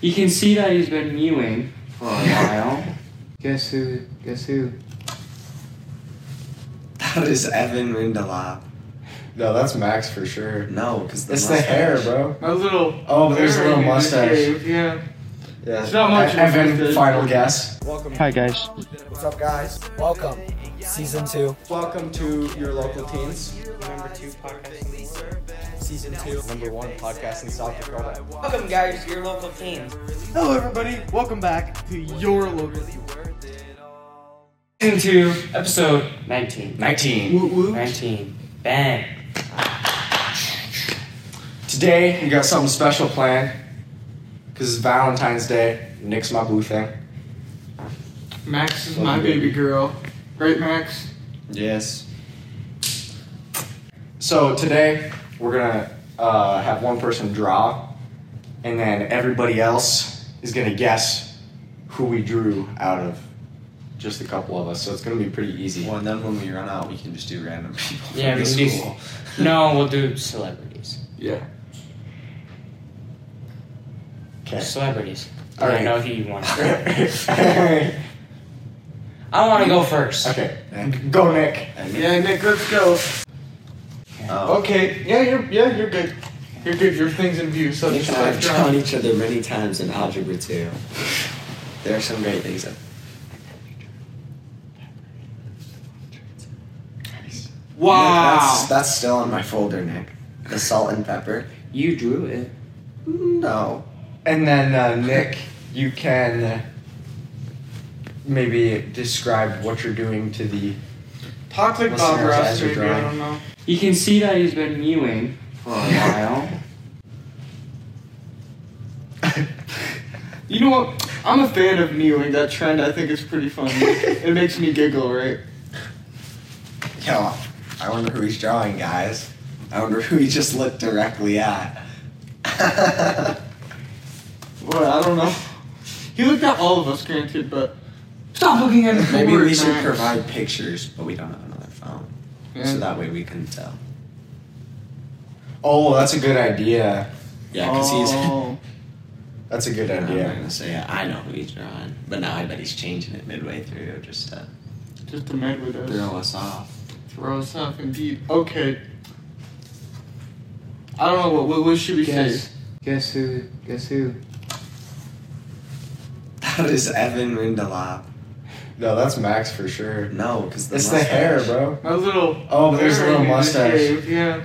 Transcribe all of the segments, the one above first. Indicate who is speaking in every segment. Speaker 1: You can see that he's been mewing for a while. guess who? Guess who?
Speaker 2: That is Evan Lindelop.
Speaker 3: No, that's Max for sure.
Speaker 2: No, because
Speaker 3: It's the hair, bro.
Speaker 4: A little.
Speaker 3: Oh, but there's a little
Speaker 4: very
Speaker 3: mustache. E-
Speaker 4: cave, Yeah.
Speaker 2: Yeah.
Speaker 4: It's not much. of a
Speaker 3: Evan,
Speaker 4: mustache.
Speaker 3: final guess.
Speaker 1: Hi guys.
Speaker 2: What's up, guys?
Speaker 5: Welcome, season two.
Speaker 2: Welcome to your local teens.
Speaker 6: Number two podcast.
Speaker 5: Season two.
Speaker 3: Number one podcast in South Dakota.
Speaker 6: Welcome, guys, to your local teams.
Speaker 4: Hello, everybody. Welcome back to your local.
Speaker 1: Season two, episode nineteen.
Speaker 3: 19.
Speaker 1: Nineteen. Bang.
Speaker 3: Today, we got something special planned. Because it's Valentine's Day. Nick's my boo thing.
Speaker 4: Max is my baby girl. Right, Max?
Speaker 2: Yes.
Speaker 3: So today, we're gonna uh, have one person draw, and then everybody else is gonna guess who we drew out of just a couple of us. So it's gonna be pretty easy.
Speaker 2: Well, and then when we run out, we can just do random people.
Speaker 1: Yeah,
Speaker 2: from
Speaker 1: we
Speaker 2: the
Speaker 1: can do-
Speaker 2: school.
Speaker 1: No, we'll do celebrities.
Speaker 4: Yeah.
Speaker 3: Okay.
Speaker 1: Celebrities.
Speaker 3: All
Speaker 1: I
Speaker 3: right.
Speaker 1: know who you want.
Speaker 3: okay.
Speaker 1: I want to go first.
Speaker 3: Go, Nick.
Speaker 4: Yeah, Nick, let's go.
Speaker 2: Oh.
Speaker 4: Okay. Yeah, you're yeah you're good. You're good. Your thing's in view.
Speaker 3: Oh,
Speaker 4: So
Speaker 2: Nick
Speaker 4: just
Speaker 2: and I have
Speaker 4: like draw.
Speaker 2: drawn each other many times in algebra too. There are some great things. That... Nick, that's,
Speaker 4: Wow.
Speaker 2: that's still on my folder, Nick. The salt and pepper.
Speaker 1: You drew it.
Speaker 2: No.
Speaker 3: And then uh, Nick, you can uh, maybe describe what you're doing to the.
Speaker 4: Talk like Bob
Speaker 3: Listeners,
Speaker 4: Ross,
Speaker 3: as you're
Speaker 4: maybe. I
Speaker 3: drawing.
Speaker 4: don't know.
Speaker 1: You can see that he's been mewing for a while.
Speaker 4: You know what? I'm a fan of mewing. That trend, I think, is pretty funny. it makes me giggle, right?
Speaker 2: Yo, I wonder who he's drawing, guys. I wonder who he just looked directly at.
Speaker 4: What? I don't know. He looked at all of us, granted, but stop looking at him.
Speaker 2: Maybe we should provide pictures, but we don't have another phone, so
Speaker 4: Yeah.
Speaker 2: that way we can tell.
Speaker 3: Oh, that's a good idea.
Speaker 2: Yeah, because he's.
Speaker 4: Oh.
Speaker 3: That's a good
Speaker 2: I'm not
Speaker 3: idea.
Speaker 2: gonna say I know who he's drawing, but now I bet he's changing it midway through just to
Speaker 4: just to mess with us.
Speaker 2: throw us off.
Speaker 4: Throw us off, indeed. Okay. I don't know what. What, what should we
Speaker 1: Guess.
Speaker 4: say?
Speaker 1: Guess who? Guess who?
Speaker 2: That is Evan Lindelop.
Speaker 3: No, that's Max for sure.
Speaker 2: No, because the
Speaker 3: It's the hair,
Speaker 2: mustache.
Speaker 3: bro.
Speaker 4: A little.
Speaker 3: Oh, but there's a
Speaker 4: very
Speaker 3: little
Speaker 4: good
Speaker 3: mustache.
Speaker 4: cave, Yeah.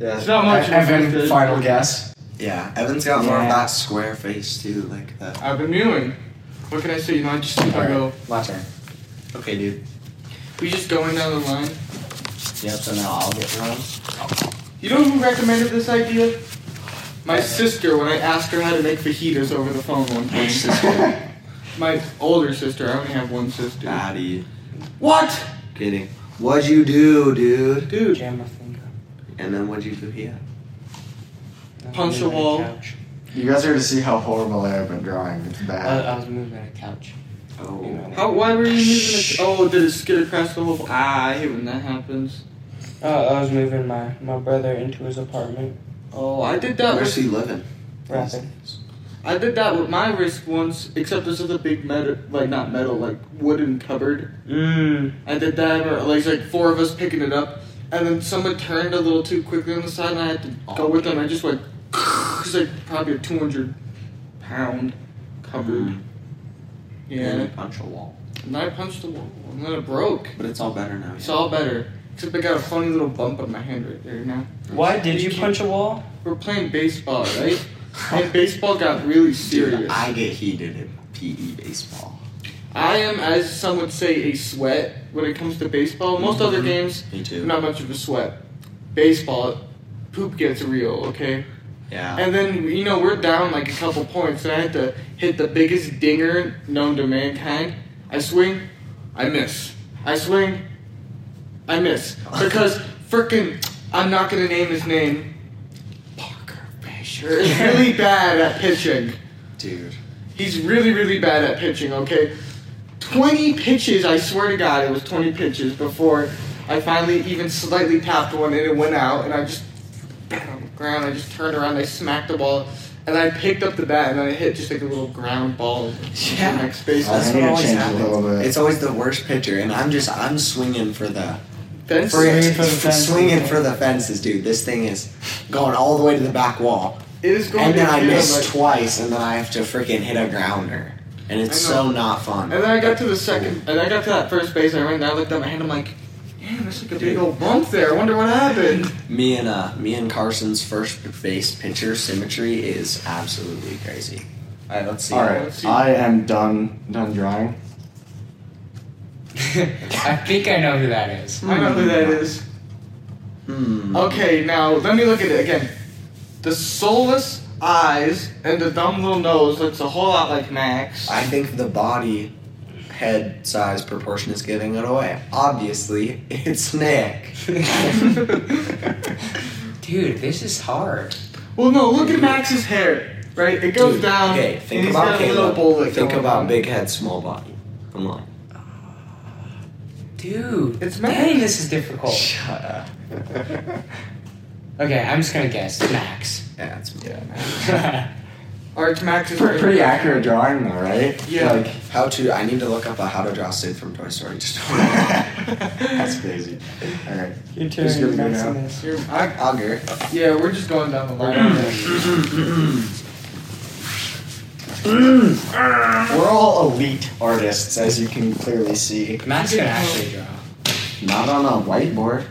Speaker 3: Yeah.
Speaker 4: It's not much of a
Speaker 3: Evan,
Speaker 4: mustache.
Speaker 3: final guess.
Speaker 2: Yeah, Evan's got more of
Speaker 1: Yeah.
Speaker 2: that square face too, like the.
Speaker 4: I've been mewing. What can I say? You know, I just I go.
Speaker 3: My turn.
Speaker 2: Okay, dude.
Speaker 4: We just going down the line.
Speaker 2: Yep. So now I'll get one.
Speaker 4: You know who recommended this idea? My sister, when I asked her how to make fajitas over the phone one
Speaker 2: My
Speaker 4: time.
Speaker 2: sister,
Speaker 4: My older sister, I only have one sister.
Speaker 2: Maddie,
Speaker 4: What?
Speaker 2: kidding. What'd you do, dude?
Speaker 4: Dude,
Speaker 1: Jam my finger.
Speaker 2: And then what'd you do here?
Speaker 4: Punch
Speaker 1: I was
Speaker 4: the
Speaker 1: moving
Speaker 4: wall.
Speaker 1: couch.
Speaker 3: You guys are to see how horrible I have been drawing. It's
Speaker 7: Ah.
Speaker 1: I, I was moving a couch.
Speaker 2: Oh.
Speaker 4: how, why were you moving it? Oh, did it skid across the whole. Ah, I hate when that happens.
Speaker 1: Uh, I was moving my, my brother into his apartment.
Speaker 4: Oh, I did that
Speaker 2: Where's
Speaker 4: with.
Speaker 2: he living?
Speaker 1: Rapid.
Speaker 4: I did that with my wrist once, except this is a big metal, like not metal, like wooden cupboard.
Speaker 1: Mmm.
Speaker 7: Mm.
Speaker 4: I did that, or like, like four of us picking it up, and then someone turned a little too quickly on the side, and I had to go with them. I just went, it's like probably a 200 pound cupboard.
Speaker 2: And
Speaker 4: Yeah.
Speaker 2: he punched Mm-hmm. a wall.
Speaker 4: And I punched the wall, and then it broke.
Speaker 2: But it's all better now.
Speaker 4: It's
Speaker 2: yeah.
Speaker 4: all better. Except I got a funny little bump on my hand right there now.
Speaker 1: Why did you punch a wall?
Speaker 4: We're playing baseball, right? and baseball got really serious.
Speaker 2: Dude, I get heated in PE baseball.
Speaker 4: I am, as some would say, a sweat when it comes to baseball. Most other
Speaker 2: Mhm.
Speaker 4: games,
Speaker 2: Me too.
Speaker 4: not much of a sweat. Baseball, poop gets real, okay?
Speaker 2: Yeah.
Speaker 4: And then, you know, we're down like a couple points, and I had to hit the biggest dinger known to mankind. I swing, I miss. I swing, I miss. Because frickin', I'm not gonna name his name. Parker Fisher is really bad at pitching.
Speaker 2: Dude.
Speaker 4: He's really, really bad at pitching, okay? 20 pitches, I swear to God, it was 20 pitches before I finally even slightly tapped one and it went out. And I just bang on the ground, I just turned around, I smacked the ball, and I picked up the bat and I hit just like a little ground ball into
Speaker 2: Yeah.
Speaker 4: the next base.
Speaker 1: I
Speaker 2: That's what
Speaker 1: need to
Speaker 2: always
Speaker 1: change it a
Speaker 2: happens.
Speaker 1: little bit.
Speaker 2: It's always the worst pitcher, and I'm just I'm swinging for the
Speaker 4: Fence.
Speaker 1: Free-
Speaker 4: It
Speaker 1: Swinging for the fences.
Speaker 2: swinging for the fences, dude. This thing is going all the way to the back wall,
Speaker 4: is going
Speaker 2: and
Speaker 4: to
Speaker 2: then I
Speaker 4: be
Speaker 2: miss
Speaker 4: like-
Speaker 2: twice, and then I have to freaking hit a grounder, and it's
Speaker 4: I know.
Speaker 2: so not fun.
Speaker 4: And then I got to the second, and I got to that first base, and I went and I looked at my hand. I'm like, damn, that's like a big old bump there. I wonder what happened.
Speaker 2: Me and uh, me and Carson's first base pitcher symmetry is absolutely crazy. All right, let's see.
Speaker 3: All
Speaker 4: Let's
Speaker 3: right,
Speaker 4: see.
Speaker 3: I am done done drawing.
Speaker 7: I think I know who that is.
Speaker 4: I know who that is.
Speaker 2: Hmm.
Speaker 4: Okay, now let me look at it again. The soulless eyes and the dumb little nose looks a whole lot like Max.
Speaker 2: I think the body head size proportion is giving it away. Obviously, it's Nick.
Speaker 7: Dude, this is hard.
Speaker 4: Well, no, look at Max's hair. Right, it goes
Speaker 2: Dude,
Speaker 4: down.
Speaker 2: Okay,
Speaker 4: and
Speaker 2: think
Speaker 4: he's
Speaker 2: about
Speaker 4: got a little
Speaker 2: Caleb.
Speaker 4: bullet
Speaker 2: think
Speaker 4: going
Speaker 2: about
Speaker 4: on.
Speaker 2: big head, small body. Come on.
Speaker 7: Dude,
Speaker 4: It's Max.
Speaker 7: dang, this is difficult.
Speaker 2: Shut up.
Speaker 7: Okay, I'm just gonna guess Max.
Speaker 2: Yeah, it's
Speaker 3: Yeah.
Speaker 4: Or it's Max's
Speaker 3: Pretty,
Speaker 4: hair.
Speaker 3: pretty accurate drawing though, right?
Speaker 4: Yeah.
Speaker 3: Like,
Speaker 2: how to. I need to look up a how to draw Sid from Toy Story. Just
Speaker 3: that's crazy. All right.
Speaker 7: Your
Speaker 3: turn, Who's gonna go Max, now? on
Speaker 7: this.
Speaker 4: You're- I-
Speaker 2: I'll get it.
Speaker 4: yeah, we're just going down the line.
Speaker 3: We're all elite artists, as you can clearly see.
Speaker 7: Matt's gonna actually draw.
Speaker 3: Not on a whiteboard.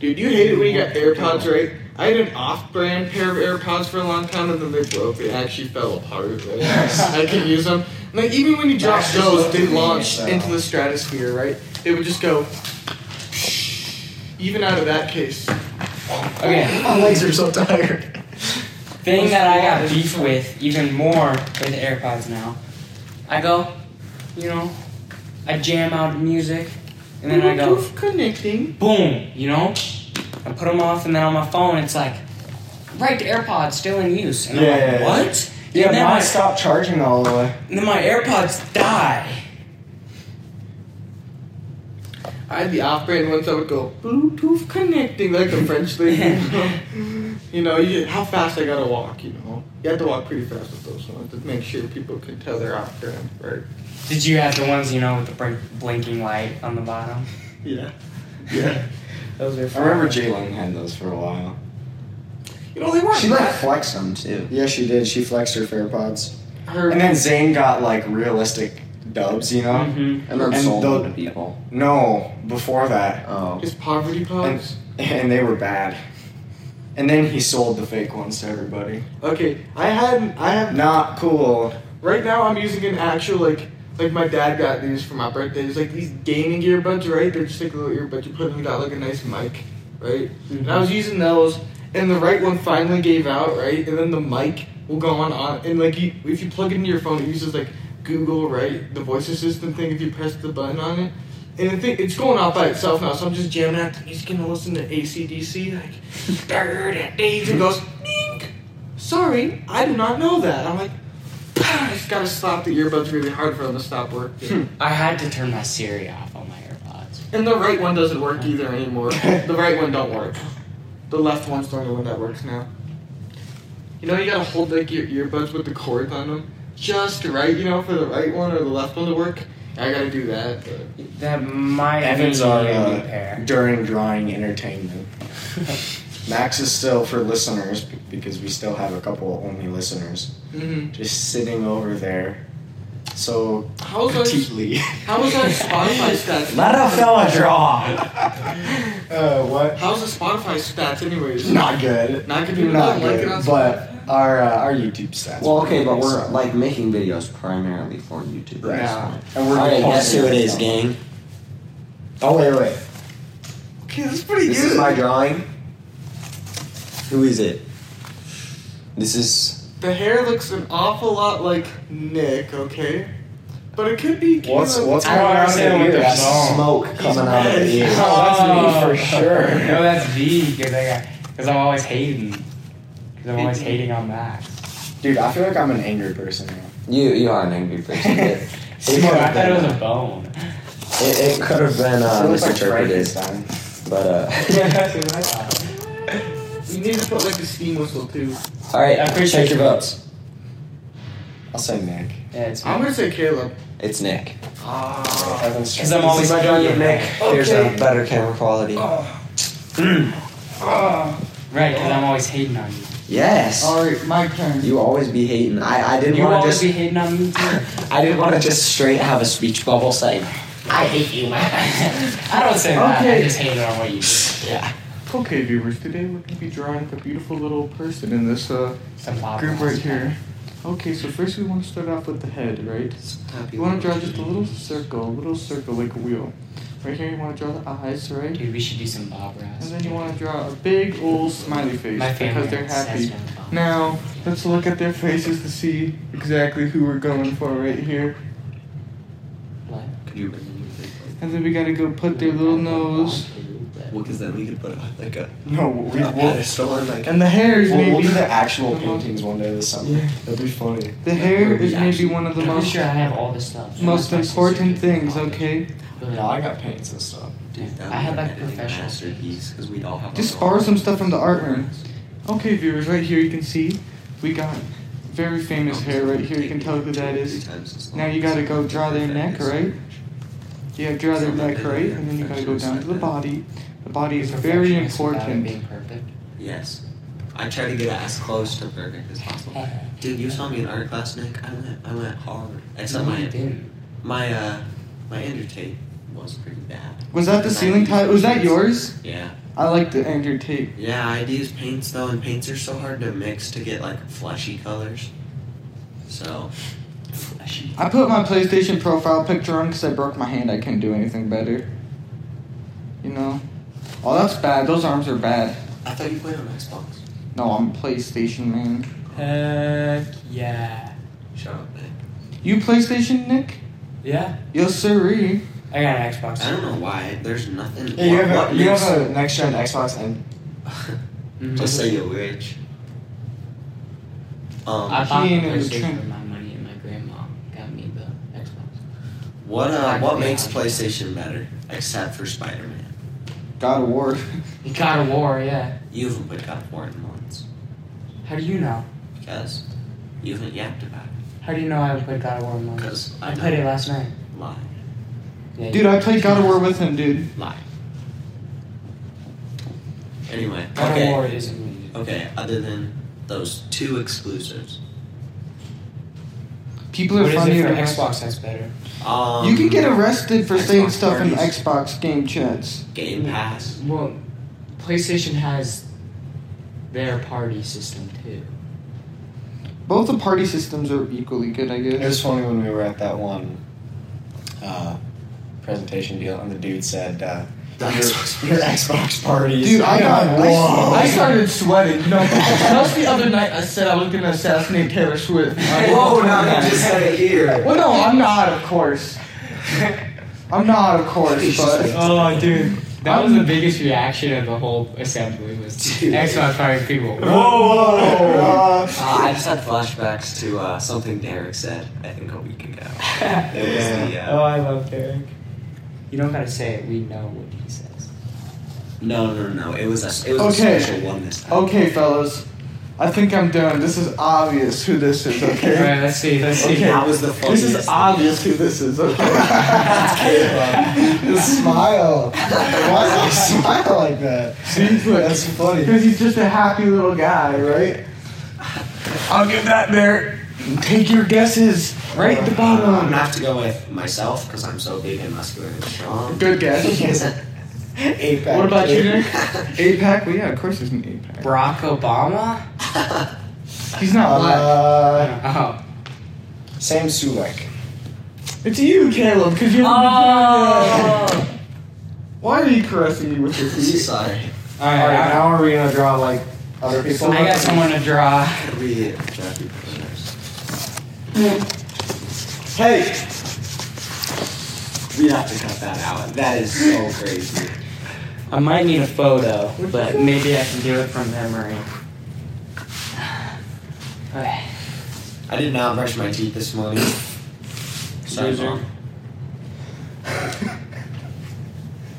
Speaker 4: Dude, you hate it when you got AirPods, right? I had an off-brand pair of AirPods for a long time, and then they broke. They actually fell apart. Right? I could use them. Like even when you drop
Speaker 7: That's just
Speaker 4: those,
Speaker 7: what
Speaker 4: they
Speaker 7: it means,
Speaker 4: launch
Speaker 7: though.
Speaker 4: into the stratosphere, right? They would just go. Even out of that case,
Speaker 7: Okay,
Speaker 2: My legs are so tired.
Speaker 7: thing that I got beef with even more with AirPods now. I go, you know, I jam out music, and then I go,
Speaker 4: Bluetooth connecting.
Speaker 7: boom, you know? I put them off, and then on my phone, it's like, right to AirPods still in use. And
Speaker 3: Yeah,
Speaker 7: I'm
Speaker 3: yeah,
Speaker 7: like,
Speaker 3: yeah.
Speaker 7: what?
Speaker 3: Yeah,
Speaker 7: and then
Speaker 3: mine
Speaker 7: my-
Speaker 3: stopped charging all the way.
Speaker 7: and then my AirPods die.
Speaker 4: I had the off-brand ones that would go Bluetooth connecting, like the French lady. you know, you, how fast I gotta walk. You know, you have to walk pretty fast with those ones to make sure people can tell they're off-brand, right?
Speaker 7: Did you have the ones, you know, with the blink- blinking light on the bottom?
Speaker 4: Yeah, yeah. Those are.
Speaker 3: I remember Jalen had those for a while.
Speaker 4: You know, they weren't.
Speaker 2: She like
Speaker 4: bad.
Speaker 2: flexed them too.
Speaker 3: Yeah, she did. She flexed her AirPods.
Speaker 4: Her-
Speaker 3: And then Zayn got like realistic dubs, you know.
Speaker 7: Mm-hmm.
Speaker 2: And then
Speaker 3: And
Speaker 2: sold
Speaker 3: the-
Speaker 2: them to people.
Speaker 3: No, before that,
Speaker 2: Oh.
Speaker 4: his poverty pods.
Speaker 3: and they were bad. And then he sold the fake ones to everybody.
Speaker 4: Okay, I had I have
Speaker 3: Not cool.
Speaker 4: Right now, I'm using an actual like like my dad got these for my birthday. It's like these gaming earbuds, right? They're just like little earbuds you put in. They got like a nice mic, right? And I was using those, and the right one finally gave out, right? And then the mic will go on on, and like you, if you plug it into your phone, it uses like Google, right? The voice assistant thing. If you press the button on it. And the thing, it's going off by itself now, so I'm just jamming out. I'm just gonna listen to ACDC, like, bird at days. It goes, "Ding." sorry, I do not know that. I'm like, I just gotta slap the earbuds really hard for them to stop working.
Speaker 7: I had to turn my Siri off on my AirPods.
Speaker 4: and the right one doesn't work either anymore. the right one don't work. The left one's the only one that works now. You know, you gotta hold like your earbuds with the cords on them just right, you know, for the right one or the left one to work. I gotta do that. but-
Speaker 7: That might
Speaker 3: Evans
Speaker 7: be
Speaker 3: are
Speaker 7: a new
Speaker 3: uh,
Speaker 7: pair.
Speaker 3: during drawing entertainment. Max is still for listeners b- because we still have a couple only listeners
Speaker 4: Mhm.
Speaker 3: just sitting over there. So
Speaker 4: How's our
Speaker 3: petitely.
Speaker 4: how's our Spotify stats?
Speaker 3: fella draw. uh, what?
Speaker 4: How's the Spotify stats, anyways?
Speaker 3: Not good.
Speaker 4: Not gonna be
Speaker 3: Not
Speaker 4: like it
Speaker 3: good,
Speaker 4: on
Speaker 3: but our uh, our YouTube stats.
Speaker 2: Well, okay, but we're
Speaker 3: So-
Speaker 2: like making videos primarily for YouTube.
Speaker 3: Right.
Speaker 2: All
Speaker 3: and we're
Speaker 2: right,
Speaker 3: gonna
Speaker 2: guess who
Speaker 3: post
Speaker 2: it is, gang.
Speaker 3: Oh wait, wait.
Speaker 4: Okay, this is pretty
Speaker 2: This
Speaker 4: good.
Speaker 2: is my drawing. Who is it? This is.
Speaker 4: The hair looks an awful lot like Nick, okay? But it could be
Speaker 3: What's
Speaker 4: Caleb.
Speaker 3: what's
Speaker 7: I
Speaker 3: going
Speaker 7: don't
Speaker 3: on
Speaker 7: understand
Speaker 3: in
Speaker 7: what
Speaker 3: the
Speaker 7: they're
Speaker 3: ears?
Speaker 7: saying.
Speaker 2: Smoke coming out of the
Speaker 4: mad.
Speaker 2: ears.
Speaker 3: Oh, that's me for sure.
Speaker 7: No, that's V because I got because I'm always hating because I'm always hating on Max.
Speaker 3: Dude, I feel like I'm an angry person now.
Speaker 2: You you are an angry person. It,
Speaker 7: So I thought it was a bone.
Speaker 2: it, it could have been uh,
Speaker 3: I feel like
Speaker 2: misinterpreted,
Speaker 3: Frankenstein.
Speaker 2: but uh,
Speaker 7: That's what I thought.
Speaker 4: You need to put like a steam whistle too.
Speaker 8: All right,
Speaker 7: I appreciate
Speaker 8: check your
Speaker 7: you.
Speaker 8: votes. I'll say Nick.
Speaker 7: Yeah, it's
Speaker 4: I'm gonna say Caleb.
Speaker 8: It's Nick.
Speaker 4: Ah.
Speaker 8: Because
Speaker 7: I'm always
Speaker 8: my gun with
Speaker 7: thinking
Speaker 8: Nick. Here's
Speaker 4: Okay.
Speaker 8: a better camera quality.
Speaker 7: right because I'm always hating on you.
Speaker 8: Yes.
Speaker 4: All right, my turn.
Speaker 8: You always be hating. I, I didn't
Speaker 7: You
Speaker 8: want to
Speaker 7: always
Speaker 8: just
Speaker 7: be hating on me. Too.
Speaker 8: I didn't want to just straight have a speech bubble say. I hate you.
Speaker 7: I don't say that. I
Speaker 4: Okay.
Speaker 7: just hate on what you do.
Speaker 8: yeah.
Speaker 4: Okay, viewers. Today we're gonna be drawing a beautiful little person in this uh
Speaker 7: Some pop
Speaker 4: group right
Speaker 7: rocks.
Speaker 4: here. Okay, so first we want to start off with the head, right? You want to draw just a little circle, a little circle like a wheel. Right here, you want to draw the eyes, right?
Speaker 7: Dude, we should do some Bob Ross.
Speaker 4: And then you want to draw a big old smiley face
Speaker 7: My family
Speaker 4: because they're
Speaker 7: says
Speaker 4: happy.
Speaker 7: no Bob.
Speaker 4: Now, let's look at their faces to see exactly who we're going for right here.
Speaker 7: What?
Speaker 8: Could you?
Speaker 4: And then we gotta go put their little nose.
Speaker 8: What is that? We could put up like a
Speaker 4: No, we
Speaker 8: a
Speaker 4: will.
Speaker 8: pedestal or like.
Speaker 4: And the hair is
Speaker 3: We'll, we'll
Speaker 4: maybe
Speaker 3: do the actual
Speaker 4: Mhm.
Speaker 3: paintings one day this summer.
Speaker 4: Yeah.
Speaker 3: That'd be funny.
Speaker 4: the hair is
Speaker 8: Yeah.
Speaker 4: maybe one of the
Speaker 7: I'm pretty
Speaker 4: most
Speaker 7: sure I have all this stuff.
Speaker 4: most
Speaker 7: My sister
Speaker 4: important
Speaker 7: did.
Speaker 4: things. Okay,
Speaker 3: No, I got paints and stuff.
Speaker 7: I have like professional stuff.
Speaker 8: because we all have.
Speaker 4: just borrow some stuff from the art room. Okay, viewers, right here you can see we got very famous hair right here. You can tell who that is. Now you gotta go draw their neck, right? Yeah, draw their neck, right? And then you gotta go down to the body. The body is very
Speaker 7: Perfectionist without it
Speaker 4: important.
Speaker 7: Being perfect.
Speaker 2: Yes. I try to get it as close to perfect as possible. Dude, you saw me in art class, Nick. I went, I went hard. Except
Speaker 7: No, you
Speaker 2: my,
Speaker 7: didn't.
Speaker 2: my, uh, my Andrew Tate was pretty bad.
Speaker 4: Was that the ceiling tile? Was that yours?
Speaker 2: Yeah.
Speaker 4: I like the Andrew Tate.
Speaker 2: Yeah, I'd use paints though, and paints are so hard to mix to get like fleshy colors. So,
Speaker 7: Fleshy.
Speaker 4: I put my PlayStation profile picture on because I broke my hand. I couldn't do anything better. You know? Oh, that's bad. Those arms are bad.
Speaker 2: I thought you played on Xbox.
Speaker 4: No, I'm PlayStation man.
Speaker 7: Heck yeah.
Speaker 2: Shut up, Nick.
Speaker 4: You PlayStation Nick?
Speaker 7: Yeah.
Speaker 4: Yes, sirree.
Speaker 7: I got an Xbox.
Speaker 2: I don't know why. There's nothing.
Speaker 3: Yeah, you
Speaker 2: what-
Speaker 3: have
Speaker 2: what
Speaker 3: a, you
Speaker 2: makes-
Speaker 3: have a next gen Xbox and
Speaker 7: Mhm.
Speaker 2: Just say you're rich. Um,
Speaker 7: I bought the
Speaker 4: He ain't even
Speaker 7: PlayStation
Speaker 4: trying-
Speaker 7: with my money, and my grandma got me the Xbox.
Speaker 2: What uh,
Speaker 7: Like,
Speaker 2: what
Speaker 7: yeah.
Speaker 2: makes PlayStation better, except for Spider Man?
Speaker 4: God of War.
Speaker 7: You got a war, yeah.
Speaker 2: You haven't played God of War in months
Speaker 7: How do you know?
Speaker 2: because you haven't yapped about it.
Speaker 7: How do you know I haven't played God of War in months?
Speaker 2: Because
Speaker 7: I
Speaker 2: I
Speaker 7: played it
Speaker 2: know.
Speaker 7: last night.
Speaker 2: Lie,
Speaker 7: Yeah,
Speaker 4: Dude, I played God of War with him, dude.
Speaker 2: lie. Anyway,
Speaker 7: God of War
Speaker 2: okay,
Speaker 7: is amazing.
Speaker 2: okay. Other than those two exclusives,
Speaker 4: People are
Speaker 7: What is
Speaker 4: funny
Speaker 7: it for
Speaker 4: and
Speaker 7: Xbox that's better?
Speaker 2: um,
Speaker 4: You can get arrested for saying
Speaker 2: Xbox
Speaker 4: stuff in
Speaker 2: parties.
Speaker 4: Xbox game chats.
Speaker 2: Game Pass.
Speaker 7: Well, PlayStation has their party system too.
Speaker 4: Both the party systems are equally good, I
Speaker 3: it
Speaker 4: guess.
Speaker 3: was funny when we were at that one uh, presentation deal and the dude said uh, your, your Xbox party.
Speaker 4: Dude, I got. I,
Speaker 3: whoa.
Speaker 4: I started sweating. No, just the other night I said I was gonna assassinate Taylor Swift.
Speaker 2: Whoa! Now you just said it here.
Speaker 4: Well, no, I'm not, of course. I'm not, of course, but
Speaker 7: Oh, dude. That was
Speaker 4: I'm-
Speaker 7: the biggest reaction of the whole assembly was Xbox party people. Oh,
Speaker 2: Uh, I just had flashbacks to uh, something Derek said. I think a week ago. It was the uh,
Speaker 7: Oh, I love Derek. You don't gotta say it. We know what he says.
Speaker 2: No, no, no. It was a it was
Speaker 4: Okay.
Speaker 2: a special one this time.
Speaker 4: okay, fellas. I think I'm done. This is obvious who this is.
Speaker 7: All
Speaker 4: Okay.
Speaker 7: right, let's see. Let's see.
Speaker 2: Okay. That was the
Speaker 4: This
Speaker 2: funniest.
Speaker 4: is obvious who this is. Okay.
Speaker 3: uh, the smile. Why does he smile like that? That's funny.
Speaker 4: Because he's just a happy little guy, right? I'll give that there. Take your guesses. Right at the
Speaker 2: Uh, I'm gonna
Speaker 4: bottom.
Speaker 2: have to go with myself because I'm so big and muscular and strong.
Speaker 4: Good guess.
Speaker 3: Apex.
Speaker 4: what about you, Nick? APAC? Well, yeah, of course he's an APAC.
Speaker 7: Barack Obama?
Speaker 4: He's not black.
Speaker 3: Uh,
Speaker 7: Oh.
Speaker 3: Sam Sulek.
Speaker 4: It's you, Caleb, because you're
Speaker 7: Oh.
Speaker 4: Why are you caressing me with your feet?
Speaker 2: Sorry.
Speaker 7: All right.
Speaker 3: All right,
Speaker 7: I-
Speaker 3: now are we gonna draw like other people?
Speaker 7: I got someone to draw.
Speaker 2: Could we draft you prisoners?
Speaker 3: Hey,
Speaker 2: We have to cut that out. That is so crazy.
Speaker 7: I might need a photo, but maybe I can do it from memory. Okay.
Speaker 2: I did not brush my teeth this morning. Sorry,
Speaker 4: Loser.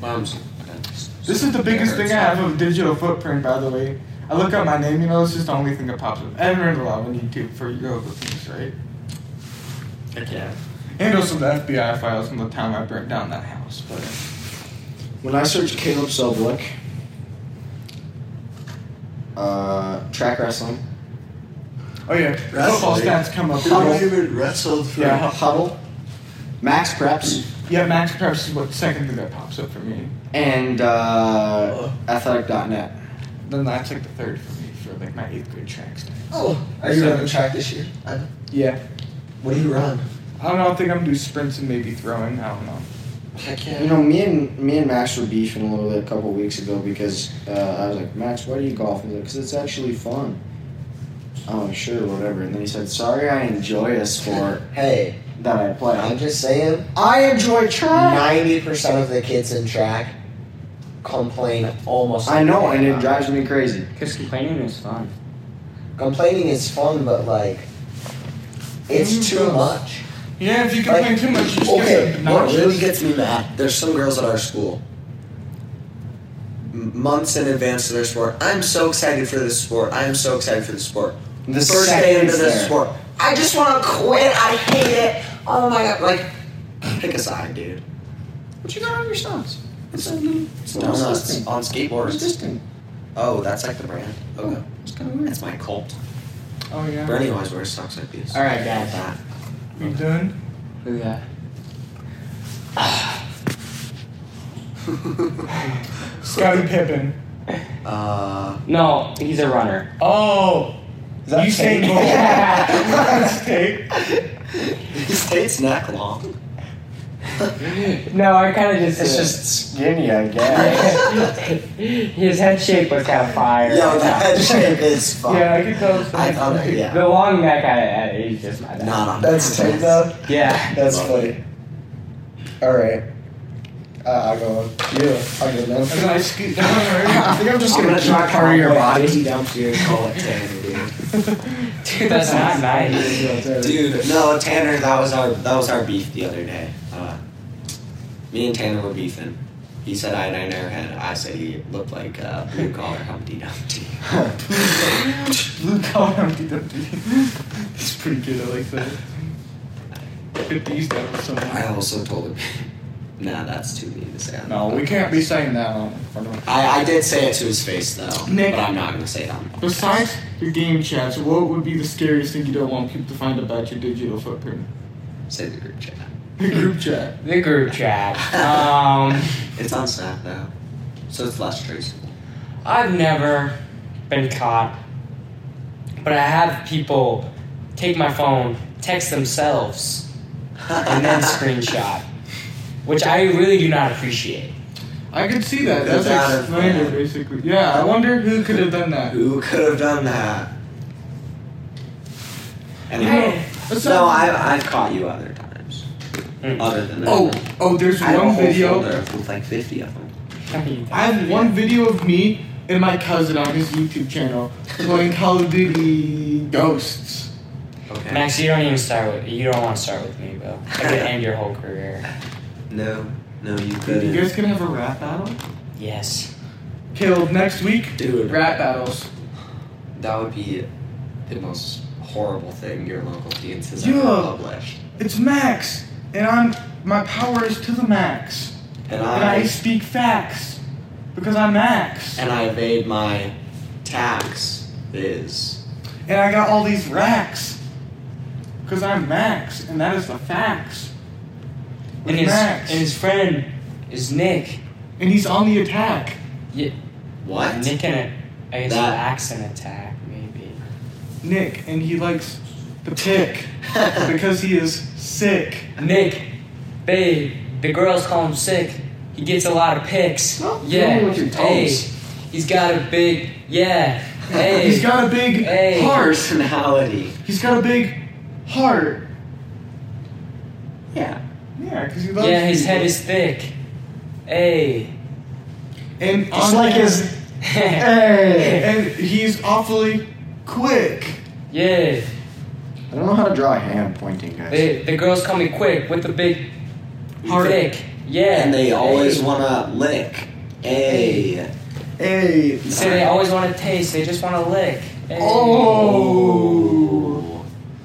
Speaker 2: mom. Mom's.
Speaker 4: This is the biggest thing I have of digital footprint, by the way. I look up my name, you know, it's just the only thing that pops up ever in love on YouTube for your local teams, right?
Speaker 3: I can't.
Speaker 4: And also the FBI files from the time I burnt down that house, but
Speaker 3: When I search Caleb Sublik, uh, track wrestling.
Speaker 4: oh yeah, football
Speaker 3: Wrestling.
Speaker 4: stats come up.
Speaker 3: even wrestled for
Speaker 4: Yeah.
Speaker 3: Huddle, Max Preps,
Speaker 4: Yeah, Max Preps is what second thing that pops up for me.
Speaker 3: and uh, athletic.net.
Speaker 4: Then that's like the third for me for like my eighth grade track stats.
Speaker 2: Oh, are you running track this year?
Speaker 4: Yeah.
Speaker 2: What do you run?
Speaker 4: I don't know. I think I'm gonna do sprints and maybe throwing. I don't know.
Speaker 2: I
Speaker 3: You know, me and me and Max were beefing a little bit a couple weeks ago because uh, I was like, Max, why do you golf? He's like, because it's actually fun. Oh, sure, whatever. And then he said, sorry, I enjoy a sport
Speaker 9: Hey,
Speaker 3: that I play.
Speaker 9: I'm just saying,
Speaker 3: I enjoy track.
Speaker 9: ninety percent of the kids in track complain almost.
Speaker 3: I know,
Speaker 9: every
Speaker 3: and it
Speaker 9: time.
Speaker 3: drives me crazy.
Speaker 7: Because complaining is fun.
Speaker 9: Complaining is fun, but like,
Speaker 2: Mm-hmm.
Speaker 9: it's too much.
Speaker 4: Yeah, if you
Speaker 9: Like,
Speaker 4: complain too much, you just
Speaker 9: okay,
Speaker 4: get
Speaker 9: what
Speaker 4: obnoxious.
Speaker 9: really gets me mad?
Speaker 2: There's some girls at our school. m- Months in advance of their sport, I'm so excited for this sport. I'm so excited for this sport.
Speaker 3: The
Speaker 2: First day into
Speaker 3: seconds
Speaker 2: this
Speaker 3: there.
Speaker 2: sport, I just want to quit. I hate it. Oh my god! Like, pick a side, dude.
Speaker 3: What you got on your socks? It's a it's
Speaker 2: No, no, it's on skateboards.
Speaker 3: thing?
Speaker 2: Oh, that's like the brand. Okay,
Speaker 3: It's kind of weird.
Speaker 2: that's my cult.
Speaker 4: Oh yeah.
Speaker 2: Bernie always wears socks like these.
Speaker 7: All right, guys.
Speaker 2: That.
Speaker 4: You done?
Speaker 7: Who got?
Speaker 4: Scotty Pippen.
Speaker 2: Uh,
Speaker 7: No, he's a runner.
Speaker 4: Oh. you say
Speaker 7: fake?
Speaker 4: no. That's fake.
Speaker 2: state's neck long.
Speaker 7: No, I kind of just.
Speaker 3: It's
Speaker 7: did it.
Speaker 3: just skinny, I guess.
Speaker 7: His head shape was kind of fire.
Speaker 9: Yo, that head shape is fun.
Speaker 7: Yeah, I could tell. it's
Speaker 9: I thought, that- yeah,
Speaker 7: The long neck I, I, is just my bad.
Speaker 9: not on
Speaker 2: That's
Speaker 9: purpose.
Speaker 2: tight though.
Speaker 7: Yeah.
Speaker 2: That's funny. All right. Uh, I'll go. on. You. I'll get them.
Speaker 4: And then I scoot down. Right?
Speaker 3: I think I'm just
Speaker 2: I'm
Speaker 3: gonna
Speaker 2: gonna
Speaker 3: try
Speaker 2: try
Speaker 3: part of your body.
Speaker 2: He dumped you and call it Tanner,
Speaker 7: Dude, that's not nice.
Speaker 2: dude. dude, no, Tanner. That was our that was our beef the other day. Uh, me and Tanner were beefing. He said I had an airhead. I said he looked like uh, blue collar Humpty Dumpty.
Speaker 4: Blue collar Humpty Dumpty. That's pretty good. I like that. Could use that with someone.
Speaker 2: I also told him, Nah, that's too mean to say. I'm-
Speaker 4: No, we can't be saying that on in front of
Speaker 2: I, I did say it to his face though,
Speaker 4: Nick.
Speaker 2: but I'm not gonna say it on.
Speaker 4: Besides your game chats, what would be the scariest thing you don't want people to find about your digital footprint?
Speaker 2: Say the group chat.
Speaker 4: Your group chat.
Speaker 7: The group chat. Um,
Speaker 2: It's on Snap though, so it's less traceable.
Speaker 7: I've never been caught, but I have people take my phone, text themselves, and then screenshot, which I really do not appreciate.
Speaker 4: I could see that. That's
Speaker 2: That's out
Speaker 4: like
Speaker 2: of-
Speaker 4: slander, basically. Yeah, I wonder who could have done that.
Speaker 2: Who could have done that? Anyway,
Speaker 7: Hey.
Speaker 2: no, I, I've caught you other times.
Speaker 7: Mm.
Speaker 2: Other than that,
Speaker 4: Oh, oh, there's
Speaker 2: I have a
Speaker 4: one
Speaker 2: whole
Speaker 4: video.
Speaker 2: folder with like fifty of them.
Speaker 4: I have one video of me and my cousin on his YouTube channel playing Call of Duty Ghosts.
Speaker 2: Okay.
Speaker 7: Max, you don't even start with. You don't want to start with me, bro. I could end your whole career.
Speaker 2: No, no, you
Speaker 4: Dude, you
Speaker 2: couldn't.
Speaker 4: guys gonna have a rap battle?
Speaker 7: Yes.
Speaker 4: Caleb, next week,
Speaker 2: Dude,
Speaker 4: rap battles.
Speaker 2: that would be the most horrible thing your local teens has
Speaker 4: Yeah.
Speaker 2: ever published.
Speaker 4: It's Max, and I'm my power is to the max,
Speaker 2: And
Speaker 4: and I
Speaker 2: I
Speaker 4: speak facts because I'm Max,
Speaker 2: and I evade my tax is
Speaker 4: and I got all these racks because I'm Max, and that is the facts.
Speaker 7: And
Speaker 4: With
Speaker 7: his
Speaker 4: Max,
Speaker 7: and his friend is Nick.
Speaker 4: and he's on the attack.
Speaker 7: Yeah,
Speaker 2: what?
Speaker 7: Nick and a, I guess
Speaker 2: That-
Speaker 7: axe and attack maybe.
Speaker 4: Nick, and he likes the pick because he is sick.
Speaker 7: Nick, babe, the girls call him sick. He gets a lot of picks. yeah.
Speaker 3: wrong with your
Speaker 7: hey,
Speaker 3: toes.
Speaker 7: he's got a big yeah. Hey,
Speaker 4: He's got a big
Speaker 7: Hey.
Speaker 4: heart.
Speaker 2: Personality.
Speaker 4: He's got a big heart.
Speaker 2: Yeah.
Speaker 4: Yeah, because he loves.
Speaker 7: yeah. His
Speaker 4: people.
Speaker 7: head is thick. Hey.
Speaker 4: And
Speaker 3: Just
Speaker 4: on
Speaker 3: like
Speaker 4: there-
Speaker 3: his. Hey!
Speaker 4: and he's awfully quick.
Speaker 7: yeah.
Speaker 3: I don't know how to draw a hand pointing, guys.
Speaker 7: The the girls call me quick with the big
Speaker 4: Heart.
Speaker 7: thick. Yeah.
Speaker 2: And they always
Speaker 7: Hey.
Speaker 2: wanna lick. Hey.
Speaker 3: Hey.
Speaker 7: They say they always want to taste. They just want to lick. Hey.
Speaker 3: Oh.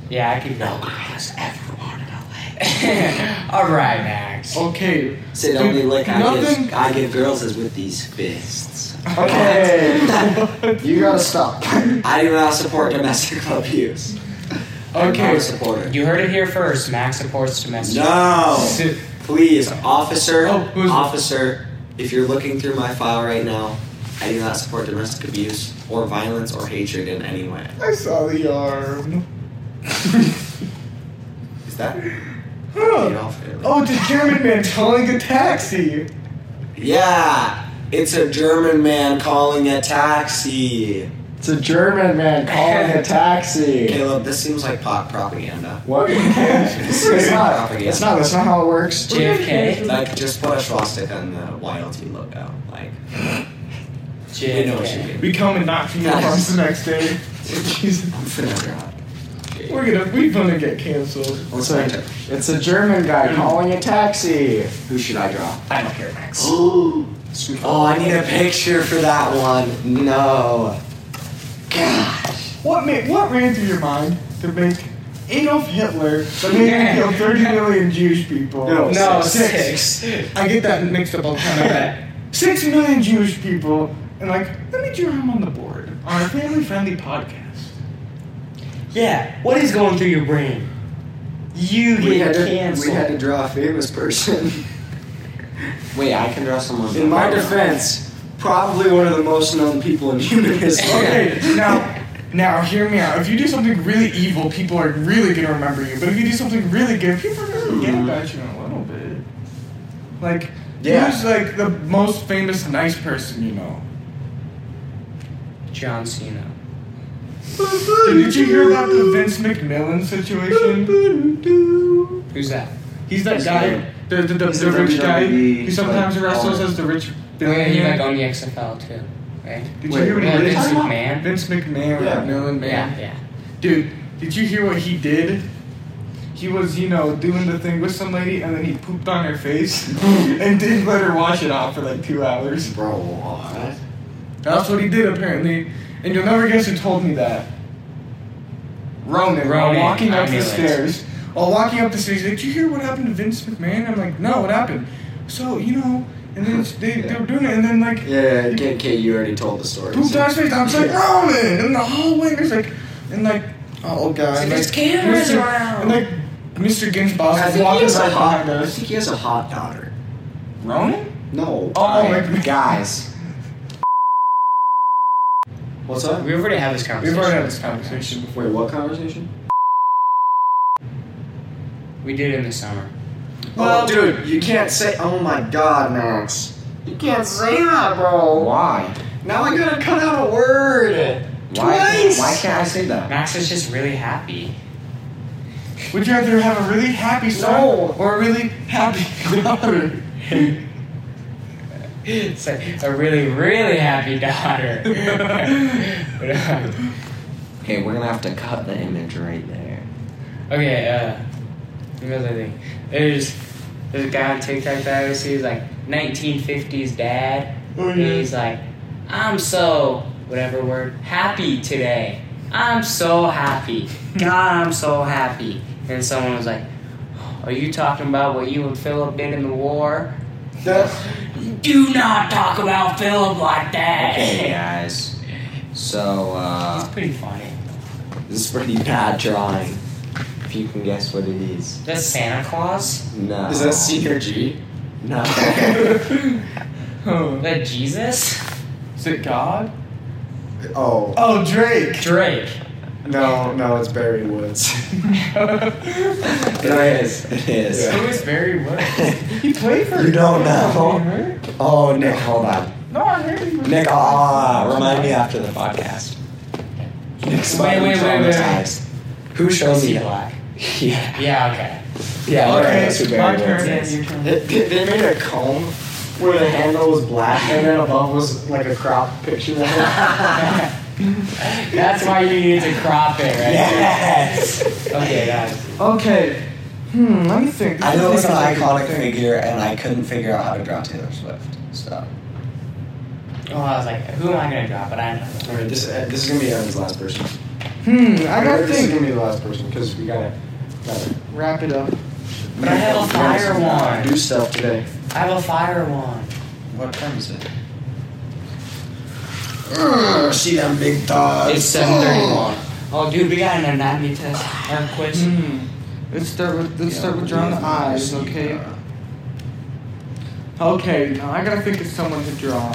Speaker 7: Yeah, I could go.
Speaker 2: No one has ever wanted a leg.
Speaker 7: All right, Max.
Speaker 2: Oh.
Speaker 4: Okay.
Speaker 2: Said only
Speaker 4: Dude,
Speaker 2: lick I
Speaker 4: nothing-
Speaker 2: give, I give girls is with these fists.
Speaker 3: Okay. you gotta stop.
Speaker 2: I do not support domestic abuse. I'm not
Speaker 4: Okay.
Speaker 2: a supporter.
Speaker 7: You heard it here first. Max supports domestic.
Speaker 2: No.
Speaker 7: Su-
Speaker 2: Please, officer,
Speaker 4: Oh, who's-
Speaker 2: officer, if you're looking through my file right now, I do not support domestic abuse or violence or hatred in any way.
Speaker 3: I saw the arm.
Speaker 2: Is that paid off?
Speaker 3: Oh, the German man calling a taxi.
Speaker 2: Yeah, it's a German man calling a taxi.
Speaker 3: It's a German man calling a taxi.
Speaker 2: Caleb, this seems like pop propaganda.
Speaker 3: What? it's not. It's not. That's not how it works.
Speaker 7: JFK.
Speaker 2: Like, just put a swastika in the YLT logo. Like, you know what you
Speaker 7: JFK.
Speaker 2: did.
Speaker 4: We coming not to your house the next day. Jesus.
Speaker 2: I'm finna drop.
Speaker 4: We're gonna we gonna get canceled.
Speaker 2: What's
Speaker 3: It's
Speaker 2: my
Speaker 3: a,
Speaker 2: turn?
Speaker 3: it's a German guy calling a taxi. Who should I draw?
Speaker 7: I don't care, Max.
Speaker 2: Ooh. Oh, I need a picture for that one. No. Gosh.
Speaker 4: What made what ran through your mind to make Adolf Hitler the man who killed 30 million Jewish people?
Speaker 3: No.
Speaker 7: No,
Speaker 4: six.
Speaker 7: six.
Speaker 4: I get that mixed up all the time. I bet. Six million Jewish people, and like, let me draw him on the board on a family-friendly podcast.
Speaker 7: Yeah. What is going through your brain? You
Speaker 2: We had,
Speaker 7: get
Speaker 2: to,
Speaker 7: canceled.
Speaker 2: we had to draw a famous person. Wait, I can draw someone.
Speaker 3: In my defense, probably one of the most known people in human history.
Speaker 4: Okay, now, now hear me out. If you do something really evil, people are really gonna remember you. But if you do something really good, people are gonna forget about you in a little bit. Like,
Speaker 3: Yeah.
Speaker 4: who's like the most famous nice person you know?
Speaker 7: John Cena.
Speaker 4: Dude, did you hear about the Vince McMillan situation?
Speaker 7: Who's that?
Speaker 4: He's that guy, the, the, the,
Speaker 3: He's
Speaker 4: the
Speaker 3: a
Speaker 4: rich guy
Speaker 3: WWE,
Speaker 4: who sometimes
Speaker 3: like,
Speaker 4: wrestles
Speaker 3: all-
Speaker 4: as the rich
Speaker 7: Wait, he might
Speaker 4: billionaire.
Speaker 7: own the XFL too, right?
Speaker 4: Did you
Speaker 3: Wait,
Speaker 4: hear what he
Speaker 7: yeah,
Speaker 4: did?
Speaker 7: Vince McMahon.
Speaker 4: Vince McMahon,
Speaker 3: Yeah.
Speaker 4: McMillan, man.
Speaker 7: Yeah, yeah.
Speaker 4: Dude, did you hear what he did? He was, you know, doing the thing with some lady and then he pooped on her face and didn't let her wash it off for like two hours.
Speaker 2: Bro, what?
Speaker 4: That's what he did apparently. And you'll never guess who told me that. Ronan, while
Speaker 7: Ronan,
Speaker 4: walking
Speaker 7: I
Speaker 4: up
Speaker 7: knew
Speaker 4: the
Speaker 7: it.
Speaker 4: stairs. While walking up the stairs, did you hear what happened to Vince McMahon? I'm like, no, what happened? So, you know, and then they, they were doing it and then like
Speaker 2: Yeah, again, Kate, you already told the story.
Speaker 4: pooped on his face. I was like, Roman! In the hallway, there's like, and like, oh god.
Speaker 7: There's
Speaker 4: like,
Speaker 7: cameras
Speaker 4: Mr.
Speaker 7: around.
Speaker 4: And like, Mr. Ginsbaugh
Speaker 2: I
Speaker 4: is
Speaker 2: think, he
Speaker 4: walking
Speaker 2: has
Speaker 4: right
Speaker 2: a hot,
Speaker 4: behind
Speaker 2: I
Speaker 4: us.
Speaker 2: think he has a hot daughter.
Speaker 4: Ronan?
Speaker 2: No.
Speaker 4: Oh,
Speaker 2: I-
Speaker 4: wait.
Speaker 2: guys. What's up?
Speaker 7: We already had this conversation.
Speaker 4: We've already had this conversation before.
Speaker 2: Wait, what conversation?
Speaker 7: We did in the summer.
Speaker 3: Well, Oh, dude, you can't say. Oh my God, Max. You can't say that, bro. Why? Now I gotta cut out a word. Twice. Why can't I say that?
Speaker 7: Max is just really happy.
Speaker 4: Would you rather have a really happy son
Speaker 3: No.
Speaker 4: or a really happy daughter?
Speaker 7: It's like a really, really happy daughter. But, uh,
Speaker 2: Okay, we're gonna have to cut the image right there.
Speaker 7: Okay, uh, another thing. There's there's a guy on TikTok that I always see. He's like 1950s dad. And he's like, I'm so whatever word happy today. I'm so happy. God, I'm so happy. And someone was like, Are you talking about what you and Philip did in the war? Do not talk about Philip like that.
Speaker 2: Okay, guys. So, uh.
Speaker 7: It's pretty funny.
Speaker 2: This is pretty bad drawing. If you can guess what it is.
Speaker 7: That's Santa Claus.
Speaker 2: No.
Speaker 3: Is that synergy?
Speaker 2: No.
Speaker 4: Huh.
Speaker 7: That Jesus.
Speaker 4: Is it God?
Speaker 3: Oh
Speaker 4: Oh, Drake!
Speaker 7: Drake.
Speaker 3: no, no, it's Barry Woods.
Speaker 2: it is. It is.
Speaker 3: Yeah.
Speaker 7: Who is very what?
Speaker 4: He played for
Speaker 2: You don't
Speaker 4: You
Speaker 2: know.
Speaker 4: heard?
Speaker 2: Oh, Nick, hold on.
Speaker 4: No, I heard he was-
Speaker 2: Nick, ah, remind me after the podcast. Nick's
Speaker 7: Wait, wait, wait, wait, wait.
Speaker 2: traumatized. Who showed
Speaker 7: Is he
Speaker 2: me?
Speaker 7: black?
Speaker 2: Yeah.
Speaker 7: Yeah, okay.
Speaker 2: Yeah,
Speaker 4: Okay,
Speaker 2: that's who Barry
Speaker 4: my
Speaker 2: Woods
Speaker 4: turn.
Speaker 2: is.
Speaker 4: Your turn.
Speaker 3: They, they- they made a comb where the handle was black and then above was like a crop picture. of him.
Speaker 7: That's why you need to crop it, right?
Speaker 2: Yes!
Speaker 7: Okay, guys.
Speaker 4: Okay. Hmm, let me think.
Speaker 2: I know it's an
Speaker 4: Let me think.
Speaker 2: iconic figure, and I couldn't figure out how to draw Taylor Swift, so.
Speaker 7: Well, I was like, who am I gonna drop? But I know.
Speaker 2: All right, this uh, this is gonna be Evan's last person.
Speaker 4: Hmm, I
Speaker 2: Or
Speaker 4: gotta
Speaker 2: This is
Speaker 4: think.
Speaker 2: gonna be the last person because we gotta. gotta
Speaker 4: Wrap it up.
Speaker 7: But I have a fire wand.
Speaker 2: Do stuff today.
Speaker 7: I have a fire wand.
Speaker 2: What time is it? Ugh, see them big dogs.
Speaker 7: It's seven thirty-one. Oh, dude, we got an anatomy test or quiz.
Speaker 4: Hmm. Let's start with let's start with drawing the eyes, okay? Okay, now I gotta think of someone to draw.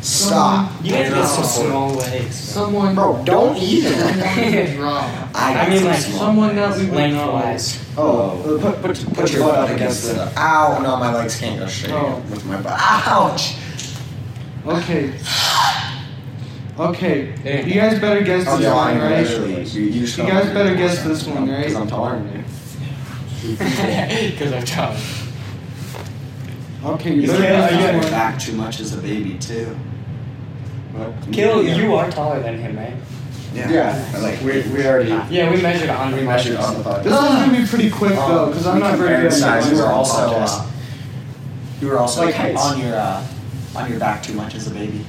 Speaker 2: Stop.
Speaker 7: You guys got some small legs.
Speaker 4: Someone
Speaker 2: Bro, don't eat
Speaker 4: someone
Speaker 2: it.
Speaker 4: to draw.
Speaker 7: I mean, like
Speaker 4: Someone that we would know.
Speaker 7: lengthwise.
Speaker 2: Oh, put, put, put your butt up against the. Ow, no, my legs can't go straight
Speaker 4: Oh.
Speaker 2: with my butt. Ouch!
Speaker 4: Okay. Okay.
Speaker 7: There
Speaker 4: You guys better guess this
Speaker 2: Oh, yeah,
Speaker 4: one,
Speaker 2: I'm
Speaker 4: right?
Speaker 2: actually- You, you just
Speaker 4: You
Speaker 2: don't
Speaker 4: guys
Speaker 2: do
Speaker 4: better
Speaker 2: it.
Speaker 4: guess this one,
Speaker 2: No, 'cause
Speaker 4: right?
Speaker 2: I'm taller than you.
Speaker 7: Because I'm tall.
Speaker 4: Okay, you better
Speaker 2: You can't- you
Speaker 4: guess
Speaker 2: gotta
Speaker 4: this one.
Speaker 2: back too much as a baby, too. What?
Speaker 7: Kill, you are taller than him, right?
Speaker 2: Yeah. yeah. Like, we, we already.
Speaker 7: Yeah, we measured on
Speaker 2: We measured on the podcast.
Speaker 4: This one's gonna be pretty quick though, because I'm
Speaker 2: we
Speaker 4: not very
Speaker 2: compared
Speaker 4: good at
Speaker 2: size. You
Speaker 4: numbers.
Speaker 2: were also uh, you were also
Speaker 4: Like heights.
Speaker 2: on your uh, on your back too much as a baby.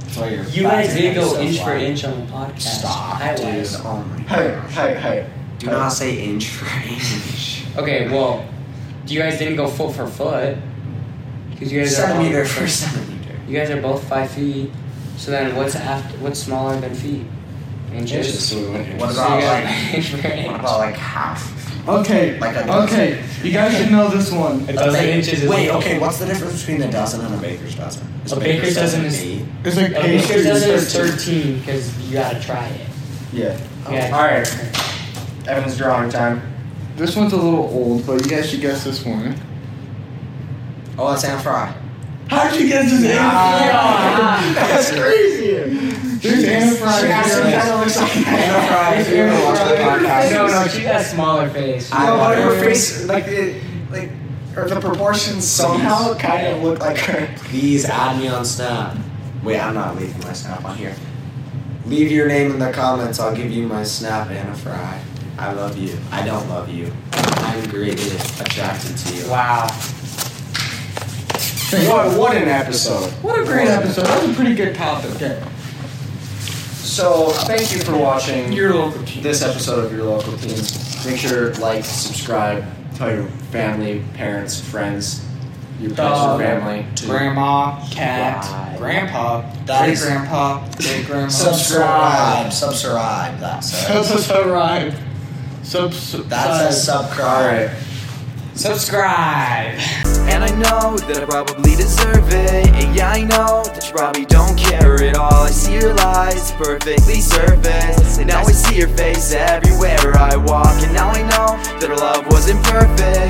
Speaker 2: That's why your
Speaker 7: You
Speaker 2: back
Speaker 7: guys did
Speaker 2: is
Speaker 7: go
Speaker 2: so
Speaker 7: inch for
Speaker 2: wide.
Speaker 7: inch on the podcast.
Speaker 2: Stop, dude.
Speaker 7: Height-wise.
Speaker 2: Oh my
Speaker 3: Hey,
Speaker 2: gosh.
Speaker 3: hey, hey.
Speaker 2: Do not say inch for inch.
Speaker 7: Okay, well, you guys didn't go foot for foot. Because you guys
Speaker 2: centimeter
Speaker 7: are
Speaker 2: for centimeter.
Speaker 7: both, you guys are both five feet. So then, what's after, what's smaller than feet? Inches.
Speaker 2: Inches. What
Speaker 7: So
Speaker 2: about
Speaker 7: you guys
Speaker 2: like
Speaker 7: inch for inch.
Speaker 2: what about like half?
Speaker 4: Okay.
Speaker 2: Like a dozen?
Speaker 4: Okay. You guys should know this one.
Speaker 7: A dozen inches is
Speaker 2: Wait, okay. What's the difference between a dozen and a baker's dozen?
Speaker 7: A baker's dozen is-
Speaker 2: eight?
Speaker 4: It's like
Speaker 7: A baker's
Speaker 4: pastries.
Speaker 7: dozen is thirteen because you gotta try it.
Speaker 3: Yeah.
Speaker 7: Yeah.
Speaker 3: All right. Evan's drawing time.
Speaker 4: This one's a little old, but you guys should guess this one.
Speaker 2: Oh, that's Anne Fry.
Speaker 4: How'd you guess his name?
Speaker 7: Ah.
Speaker 2: That's crazy.
Speaker 4: There's Anna Fry.
Speaker 2: She actually
Speaker 4: here.
Speaker 2: kind of looks like Anna Fry. If you
Speaker 4: Anna
Speaker 2: ever watch the
Speaker 4: Fry.
Speaker 2: podcast,
Speaker 7: No, no, she got a smaller face.
Speaker 2: I
Speaker 3: No,
Speaker 2: want
Speaker 3: but
Speaker 2: her
Speaker 3: her
Speaker 2: face, like the, like, or the proportions
Speaker 3: somehow
Speaker 2: somehow kind of look like her. Please add me on Snap. Wait, I'm not leaving my Snap on here. Leave your name in the comments. I'll give you my Snap, Anna Fry. I love you. I don't love you. I'm greatly attracted to you.
Speaker 7: Wow.
Speaker 3: What, what an episode.
Speaker 4: What a great episode. That was a pretty good topic. Okay.
Speaker 3: So, thank you for watching
Speaker 4: Your local
Speaker 3: this episode of Your Local Teams. Make sure to like, subscribe, tell your family, parents, friends,
Speaker 2: Uh,
Speaker 3: your
Speaker 7: Dog.
Speaker 3: friends, your family to
Speaker 4: Grandma, cat,
Speaker 2: Right.
Speaker 4: grandpa,
Speaker 2: That
Speaker 4: great
Speaker 2: is-
Speaker 4: grandpa, great grandma.
Speaker 2: Subscribe. Subscribe. That's it.
Speaker 4: Subscribe. Subscribe.
Speaker 2: That says subscribe.
Speaker 3: All right.
Speaker 7: Subscribe.
Speaker 5: And I know that I probably deserve it. And yeah, I know that you probably don't care at all. I see your lies perfectly surfaced. And now I see your face everywhere I walk. And now I know that our love wasn't perfect.